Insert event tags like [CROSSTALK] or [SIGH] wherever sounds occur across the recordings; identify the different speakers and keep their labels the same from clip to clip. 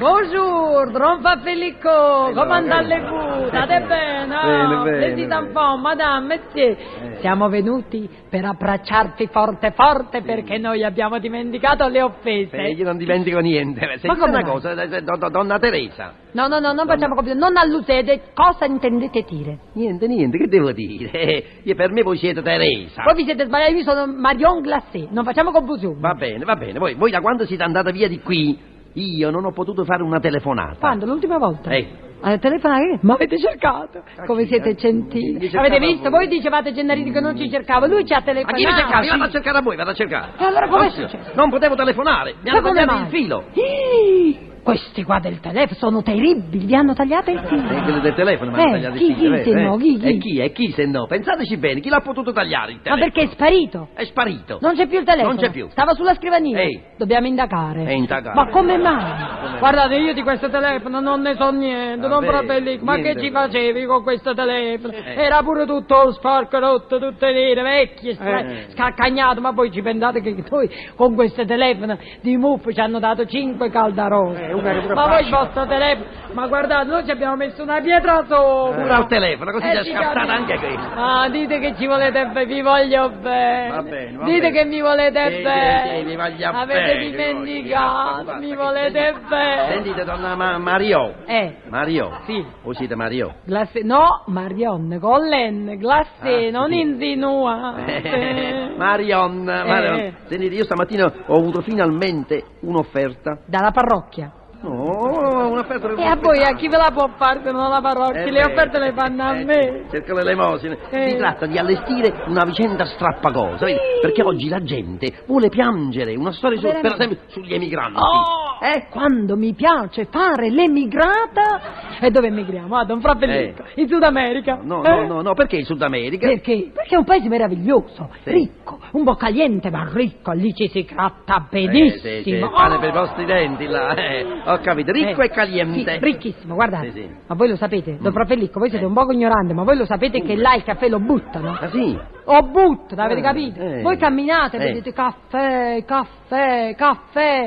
Speaker 1: Bonjour, Dronfa Felicco, come andate vous? State bene?
Speaker 2: eh.
Speaker 1: Ah,
Speaker 2: Bene, bene,
Speaker 1: Sentite un
Speaker 2: bene. Eh.
Speaker 1: po', madame, monsieur. Siamo venuti per abbracciarti forte forte perché noi abbiamo dimenticato le offese.
Speaker 2: Eh, io non dimentico niente. Sentite
Speaker 1: come
Speaker 2: una
Speaker 1: mai?
Speaker 2: cosa, eh, eh, do- do- donna Teresa.
Speaker 1: No, no, no, non facciamo così, non alludete, cosa intendete dire?
Speaker 2: Niente, niente, che devo dire? Eh, io- per me voi siete Teresa.
Speaker 1: Voi vi siete sbagliati, io sono Marion Glacé, non facciamo confusione.
Speaker 2: Va bene, va bene. Voi, voi da quando siete andata via di qui, io non ho potuto fare una telefonata.
Speaker 1: Quando? L'ultima volta?
Speaker 2: Eh.
Speaker 1: Al telefono che? Ma avete cercato?
Speaker 2: A
Speaker 1: Come
Speaker 2: chi?
Speaker 1: siete
Speaker 2: A- mi
Speaker 1: gentili.
Speaker 2: cercava
Speaker 1: Avete visto?
Speaker 2: voi.
Speaker 1: Voi dicevate Gennarino che non ci cercavo, lui ci ha
Speaker 2: Ma
Speaker 1: telefonato.
Speaker 2: chi mi cercava? Io vado a cercare a voi, vado a cercare.
Speaker 1: E allora com'è
Speaker 2: Non-
Speaker 1: successo?
Speaker 2: Non potevo telefonare, mi
Speaker 1: Ma
Speaker 2: hanno
Speaker 1: come
Speaker 2: tagliato
Speaker 1: mai?
Speaker 2: il filo.
Speaker 1: Ih, Questi qua del telefono sono terribili, gli hanno tagliato il
Speaker 2: Eh, quello
Speaker 1: filo.
Speaker 2: del telefono mi hanno
Speaker 1: Eh,
Speaker 2: tagliato
Speaker 1: chi-
Speaker 2: il filo.
Speaker 1: chi
Speaker 2: eh,
Speaker 1: se no,
Speaker 2: eh.
Speaker 1: chi- chi?
Speaker 2: E chi, e chi se no? Pensateci bene, chi l'ha potuto tagliare il
Speaker 1: Ma
Speaker 2: telefono?
Speaker 1: perché è sparito?
Speaker 2: È sparito.
Speaker 1: Non c'è più il telefono.
Speaker 2: Non c'è più.
Speaker 1: Stava sulla scrivania.
Speaker 2: Ehi.
Speaker 1: Dobbiamo indagare.
Speaker 2: Eh, indagare.
Speaker 1: Ma come mai?
Speaker 2: Come mai?
Speaker 1: Guardate, io di questo telefono non ne so niente,
Speaker 2: Vabbè,
Speaker 1: non fratelli. Ma che
Speaker 2: niente.
Speaker 1: ci facevi con questo telefono?
Speaker 2: Eh.
Speaker 1: Era pure tutto sporco, rotto, tutto nero, vecchio, stra-
Speaker 2: Eh.
Speaker 1: scaccagnato. Ma voi ci pensate che noi con questo telefono di Muff ci hanno dato 5 caldarose.
Speaker 2: Eh, una che pure
Speaker 1: ma voi il
Speaker 2: faccia.
Speaker 1: vostro telefono... Ma guardate, noi ci abbiamo messo una pietra sopra.
Speaker 2: Pure al telefono, così
Speaker 1: Eh,
Speaker 2: si è
Speaker 1: sì,
Speaker 2: scattato
Speaker 1: capito.
Speaker 2: anche questo.
Speaker 1: Ah, dite che ci volete bene, vi voglio bene.
Speaker 2: Va bene, va
Speaker 1: dite
Speaker 2: bene.
Speaker 1: che mi volete
Speaker 2: Sì, sì,
Speaker 1: bene.
Speaker 2: sì, vi voglio
Speaker 1: Avete
Speaker 2: bene, vi
Speaker 1: dimenticato,
Speaker 2: voglio. Basta,
Speaker 1: mi
Speaker 2: che-
Speaker 1: volete bene.
Speaker 2: Sentite, donna Ma- Mario.
Speaker 1: Eh,
Speaker 2: Mario?
Speaker 1: Sì.
Speaker 2: O siete Mario?
Speaker 1: glacé, no, Marion, con l'N, glacé,
Speaker 2: Ah,
Speaker 1: non [LAUGHS]
Speaker 2: sì.
Speaker 1: insinuate.
Speaker 2: Eh, [LAUGHS] Marion, Marion.
Speaker 1: Ah, Eh.
Speaker 2: Sentite, io stamattina ho avuto finalmente un'offerta.
Speaker 1: Dalla parrocchia.
Speaker 2: No, un'offerta per Eh,
Speaker 1: E a voi, a chi ve la può fare se non alla parrocchia? Le offerte le fanno a me.
Speaker 2: Cerco eh, l'elemosina.
Speaker 1: Eh.
Speaker 2: Si tratta di allestire una vicenda strappagosa, vedi? perché oggi la gente vuole piangere una storia, su- per
Speaker 1: Veramente?
Speaker 2: esempio, sugli emigranti.
Speaker 1: Oh,
Speaker 2: Eh?
Speaker 1: quando mi piace fare l'emigrata... E dove emigriamo? A Don Frappellico, in Sud America.
Speaker 2: Eh. No,
Speaker 1: eh?
Speaker 2: no, no, no, perché in Sud America?
Speaker 1: Perché? Perché è un paese meraviglioso,
Speaker 2: Sì.
Speaker 1: ricco, un po' caliente ma ricco, lì ci si tratta
Speaker 2: Eh,
Speaker 1: benissimo.
Speaker 2: sì, sì, il pane
Speaker 1: Oh!
Speaker 2: per i vostri denti là, eh. Ho capito, ricco
Speaker 1: Eh,
Speaker 2: e caliente.
Speaker 1: sì, ricchissimo, guardate.
Speaker 2: Sì, Mm. sì.
Speaker 1: Ma voi lo sapete, don Frappellicco, voi siete un poco ignorante, ma voi lo sapete che là il caffè lo buttano.
Speaker 2: Ah sì?
Speaker 1: Lo buttano, avete
Speaker 2: Eh,
Speaker 1: capito?
Speaker 2: eh.
Speaker 1: Voi camminate,
Speaker 2: Eh.
Speaker 1: vedete caffè, caffè, caffè.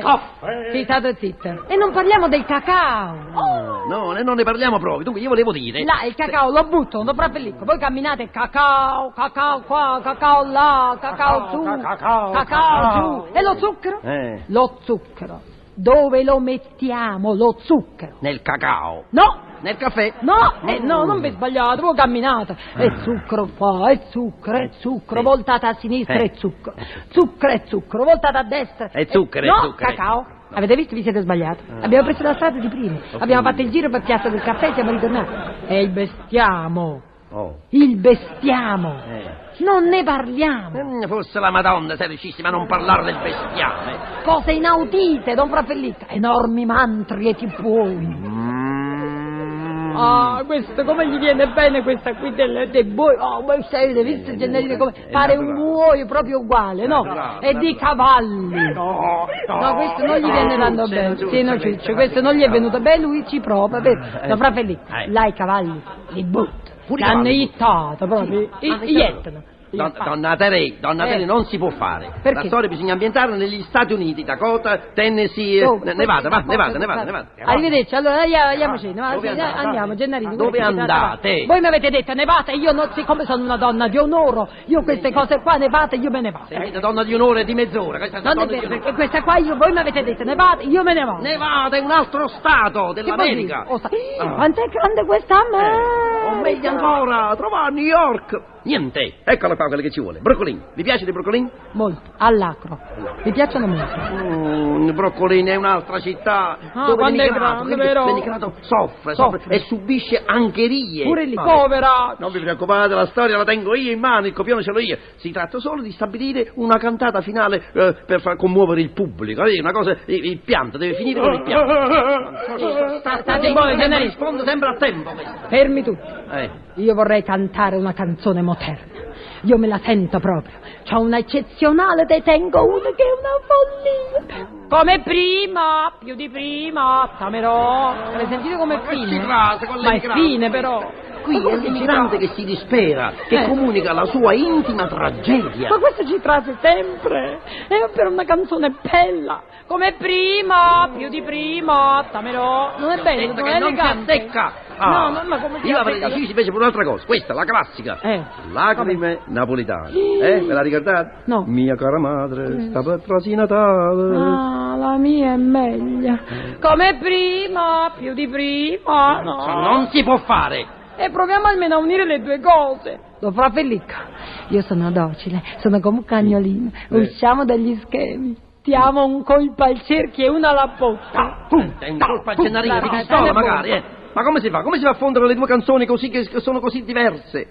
Speaker 2: Caffè. Oh.
Speaker 1: Sì, state zitte. E non parliamo del cacao.
Speaker 2: No, ne- non ne parliamo proprio. Dunque io volevo dire...
Speaker 1: Là il cacao lo buttano, don Frappellicco, voi camminate cacao, cacao qua, cacao là, cacao su,
Speaker 2: cacao,
Speaker 1: cacao giù. E lo zucchero?
Speaker 2: Eh,
Speaker 1: Lo zucchero. Dove lo mettiamo lo zucchero?
Speaker 2: nel cacao.
Speaker 1: No!
Speaker 2: Nel caffè.
Speaker 1: No, eh, no, non vi sbagliate, voi camminate.
Speaker 2: Eh.
Speaker 1: E zucchero qua, e zucchero, e zucchero,
Speaker 2: Sì.
Speaker 1: voltata a sinistra,
Speaker 2: Eh.
Speaker 1: e zucchero. Zucchero e zucchero, voltata a destra.
Speaker 2: E zucchero, e
Speaker 1: no,
Speaker 2: zucchero. Ah.
Speaker 1: cacao. Avete visto? Vi siete sbagliati. Abbiamo preso la strada di prima. Abbiamo fatto il giro per Piazza del Caffè e siamo ritornati. E il bestiamo,
Speaker 2: Oh.
Speaker 1: il bestiamo.
Speaker 2: Eh.
Speaker 1: Non ne parliamo.
Speaker 2: Mm, Fosse la Madonna se riuscissimo a non parlare del bestiame.
Speaker 1: Cose inaudite, don Frappellicca. Enormi mantri e tipuoni.
Speaker 2: Mm.
Speaker 1: Ah, questo come gli viene bene questa qui del, del buoi? Oh, ma sai, avete visto
Speaker 2: Eh,
Speaker 1: il generale come
Speaker 2: È
Speaker 1: pare un
Speaker 2: naturale.
Speaker 1: buoi proprio uguale, no?
Speaker 2: Naturale,
Speaker 1: E di cavalli.
Speaker 2: eh, No, Eh,
Speaker 1: No, questo non gli viene tanto
Speaker 2: Giusto,
Speaker 1: bene.
Speaker 2: giusto,
Speaker 1: Sì, no,
Speaker 2: giusto,
Speaker 1: Ciccio, questo non gli è venuto bene, lui ci prova, vero?
Speaker 2: Eh.
Speaker 1: No, fratelli,
Speaker 2: Eh.
Speaker 1: là i cavalli li buttano.
Speaker 2: Pure i
Speaker 1: L'hanno
Speaker 2: cavalli.
Speaker 1: ittato proprio,
Speaker 2: Sì,
Speaker 1: i
Speaker 2: hanno
Speaker 1: gli
Speaker 2: ittato.
Speaker 1: ettano.
Speaker 2: Don- donna Teresa, donna
Speaker 1: Eh.
Speaker 2: Teresa, non si può fare.
Speaker 1: Perché?
Speaker 2: La storia bisogna ambientarla negli Stati Uniti, Dakota, Tennessee,
Speaker 1: Dove?
Speaker 2: eh, Nevada, va, Nevada, Nevada, Nevada.
Speaker 1: Arrivederci, allora andiamo, andiamo cena, va,
Speaker 2: Dove
Speaker 1: sì,
Speaker 2: andate?
Speaker 1: andiamo, Gennarino.
Speaker 2: Dove
Speaker 1: guarda che si tratta.
Speaker 2: andate?
Speaker 1: Voi mi avete detto Nevada, io non, siccome sono una donna di onore, io queste cose qua Nevada, io me ne vado.
Speaker 2: Sentite, donna di un'ora e di mezz'ora, questa è una
Speaker 1: Non è
Speaker 2: donna di
Speaker 1: vero, perché
Speaker 2: un'ora.
Speaker 1: questa qua io, voi mi avete detto Nevada, io me ne vado.
Speaker 2: Nevada è un altro stato
Speaker 1: Che vuol dire?
Speaker 2: dell'America.
Speaker 1: Oh, sa-
Speaker 2: Ah. Eh,
Speaker 1: Quanto è grande questa America!
Speaker 2: o meglio ancora, trova a New York. Niente, eccolo qua quello che ci vuole. Broccolini, vi piace di broccolini?
Speaker 1: Molto, all'acro. Mi piacciono molto.
Speaker 2: Mm, Broccolini è un'altra città
Speaker 1: Ah,
Speaker 2: dove
Speaker 1: quando è
Speaker 2: l'emigrato,
Speaker 1: grande,
Speaker 2: capito?
Speaker 1: vero?
Speaker 2: l'emigrato soffre, soffre,
Speaker 1: Soffre.
Speaker 2: e subisce angherie.
Speaker 1: Pure lì.
Speaker 2: Ma-
Speaker 1: Povera!
Speaker 2: Non vi preoccupate, la storia la tengo io in mano, il copione ce l'ho io. Si tratta solo di stabilire una cantata finale eh, per far commuovere il pubblico. Vedi, una cosa, il, il pianto, deve finire con il pianto.
Speaker 1: State buoni,
Speaker 2: sempre,
Speaker 1: Gennarino.
Speaker 2: rispondo sempre a tempo questo.
Speaker 1: Fermi tutti.
Speaker 2: Eh,
Speaker 1: Io vorrei cantare una canzone moderna. Io me la sento proprio. C'ho una eccezionale, te tengo una che è una follia. Come prima, più di prima, tamerò. L'hai sentito come
Speaker 2: Ma
Speaker 1: fine?
Speaker 2: che frase, con le
Speaker 1: Ma è
Speaker 2: frasi.
Speaker 1: fine però.
Speaker 2: Qui è l'immigrante che si dispera, che
Speaker 1: Eh.
Speaker 2: comunica la sua intima tragedia.
Speaker 1: Ma questo ci trae sempre. È per una canzone bella. Come prima, più di prima, tamerò. Non è bello,
Speaker 2: Senta
Speaker 1: non
Speaker 2: che
Speaker 1: è
Speaker 2: non si
Speaker 1: elegante.
Speaker 2: azzecca.
Speaker 1: No,
Speaker 2: Ah,
Speaker 1: no, ma come si
Speaker 2: Io avrei
Speaker 1: azzecca?
Speaker 2: deciso invece per un'altra cosa, questa, la classica.
Speaker 1: Eh.
Speaker 2: Lacrime napoletane. Eh, ve la ricordate?
Speaker 1: No. Mm.
Speaker 2: Mia cara madre, sta per trasi Natale.
Speaker 1: Ah, la mia è meglio. Come prima, più di prima. No.
Speaker 2: Cioè, Non si può fare.
Speaker 1: E proviamo almeno a unire le due cose. Lo fa Pellicca. Io sono docile, sono come un cagnolino.
Speaker 2: Eh.
Speaker 1: Usciamo dagli schemi. Ti amo un colpo al cerchio e una alla bocca.
Speaker 2: È un colpo a Gennarino di
Speaker 1: Mm. la-
Speaker 2: pistola,
Speaker 1: la-
Speaker 2: magari, eh. Ma come si fa? Come si fa a fondere le due canzoni così che che sono così diverse?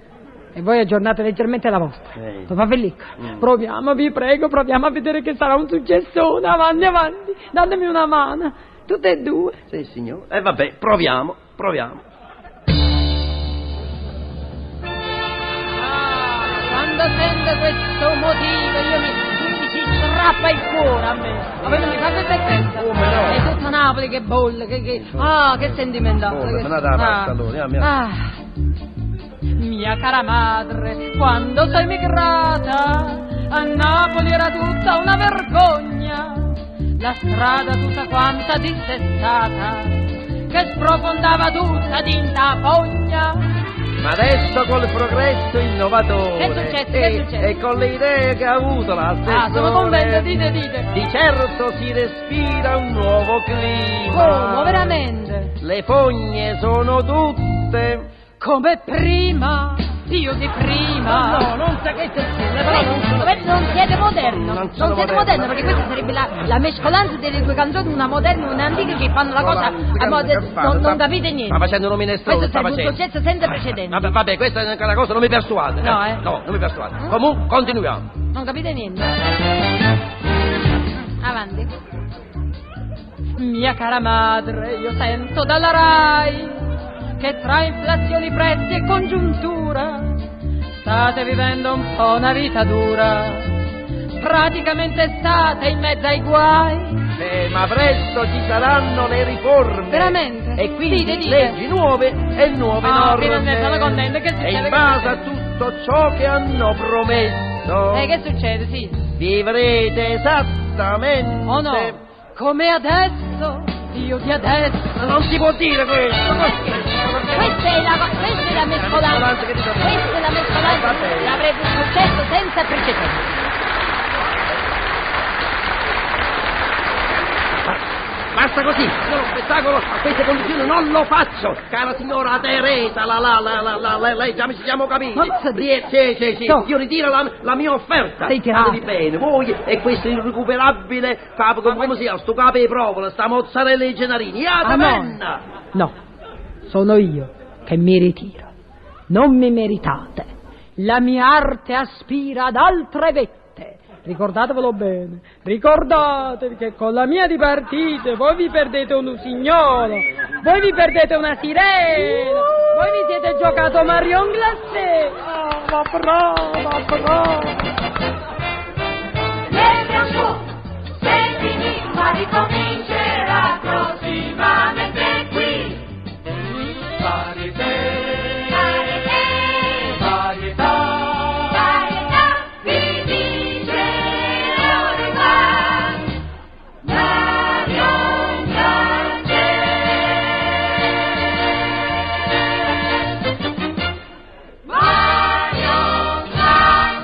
Speaker 1: E voi aggiornate leggermente la vostra.
Speaker 2: Eh.
Speaker 1: Lo fa Pellicca. Proviamo, vi prego, proviamo a vedere che sarà un successone. Avanti, avanti. Datemi una mano. Tutte e due.
Speaker 2: Eh, Sì, signore. E vabbè, proviamo, proviamo.
Speaker 1: Ah, Quando sento questo motivo io mi, mi si strappa il cuore a me. Ma perché mi fa questa testa?
Speaker 2: Come no?
Speaker 1: È tutta Napoli che bolle, che, che... Ah, che sentimentale.
Speaker 2: Bolle,
Speaker 1: che-
Speaker 2: se ne dà la pasta, allora, eh, mia-
Speaker 1: Ah. Mia cara madre, quando sei migrata a Napoli era tutta una vergogna, la strada tutta quanta dissestata, che sprofondava tutta di Napogna.
Speaker 2: Ma adesso col progresso innovatore
Speaker 1: Che è successo?
Speaker 2: e,
Speaker 1: Che è successo?
Speaker 2: e con le idee che ha avuto l'assessore
Speaker 1: Ah, sono convinta, dite, dite.
Speaker 2: Di certo si respira un nuovo clima
Speaker 1: Come, veramente?
Speaker 2: Le fogne sono tutte
Speaker 1: Come prima, io di prima.
Speaker 2: non sa che
Speaker 3: Vabbè, non siete moderno,
Speaker 2: Non
Speaker 3: non,
Speaker 2: sono
Speaker 3: siete
Speaker 2: moderno.
Speaker 3: moderno perché questa sarebbe la, la mescolanza delle due canzoni, una moderna e una antica che fanno la cosa
Speaker 2: Ah,
Speaker 3: a modo, non, non capite
Speaker 2: Sta
Speaker 3: niente.
Speaker 2: facendo un minestrone
Speaker 3: Questo
Speaker 2: sta
Speaker 3: sarebbe un
Speaker 2: facendo
Speaker 3: successo senza precedenti,
Speaker 2: Vabbè, vabbè, questa è una cosa, non mi persuade
Speaker 3: No, eh.
Speaker 2: No, non mi persuade Comunque, continuiamo
Speaker 3: non capite niente. Avanti.
Speaker 1: Mia cara madre, io sento dalla RAI che tra inflazioni, prezzi e congiuntura state vivendo un po' una vita dura. Praticamente state in mezzo ai guai.
Speaker 2: Eh, ma presto ci saranno le riforme.
Speaker 1: Veramente?
Speaker 2: E quindi
Speaker 1: Dite, dite.
Speaker 2: leggi nuove e nuove
Speaker 1: Ah,
Speaker 2: norme.
Speaker 1: finalmente sono contenta. Che
Speaker 2: e
Speaker 1: succede?
Speaker 2: in
Speaker 1: Che
Speaker 2: base a
Speaker 1: succede?
Speaker 2: tutto ciò che hanno promesso,
Speaker 1: E che succede? Sì.
Speaker 2: vivrete esattamente.
Speaker 1: O no? Come adesso, io di adesso.
Speaker 2: Non si può dire questo.
Speaker 3: Questa è la, questa è la mescolanza,
Speaker 2: mescolanza che ti do.
Speaker 3: questa è la mescolanza,
Speaker 2: Va bene.
Speaker 3: avrebbe un successo senza precedenti.
Speaker 2: Basta così, sono uno spettacolo a queste condizioni non lo faccio, cara signora Teresa, la la la la, la, la- lei già mi siamo capiti.
Speaker 1: Ma cosa
Speaker 2: Ri- sì, sì, sì,
Speaker 1: No.
Speaker 2: io ritiro la, la mia offerta.
Speaker 1: Sei tirata.
Speaker 2: Fateli bene, voi e questo irrecuperabile capo, come si chiama, sto capo di provola, sta mozzarella e i genarini,
Speaker 1: Ah, no.
Speaker 2: Atamenna!
Speaker 1: No, sono io che mi ritiro. Non mi meritate. La mia arte aspira ad altre vette. Ricordatevelo bene. Ricordatevi che con la mia di partite voi vi perdete un usignolo, voi vi perdete una sirena, voi vi siete giocato Marion Glacé. Ah, ma brava, ma brava.
Speaker 4: E Sempre un po', se finì, ma ricomincerà prossimamente qui. Varietà, varietà, varietà, vi dice ormai Mario Grande. Mario Grande.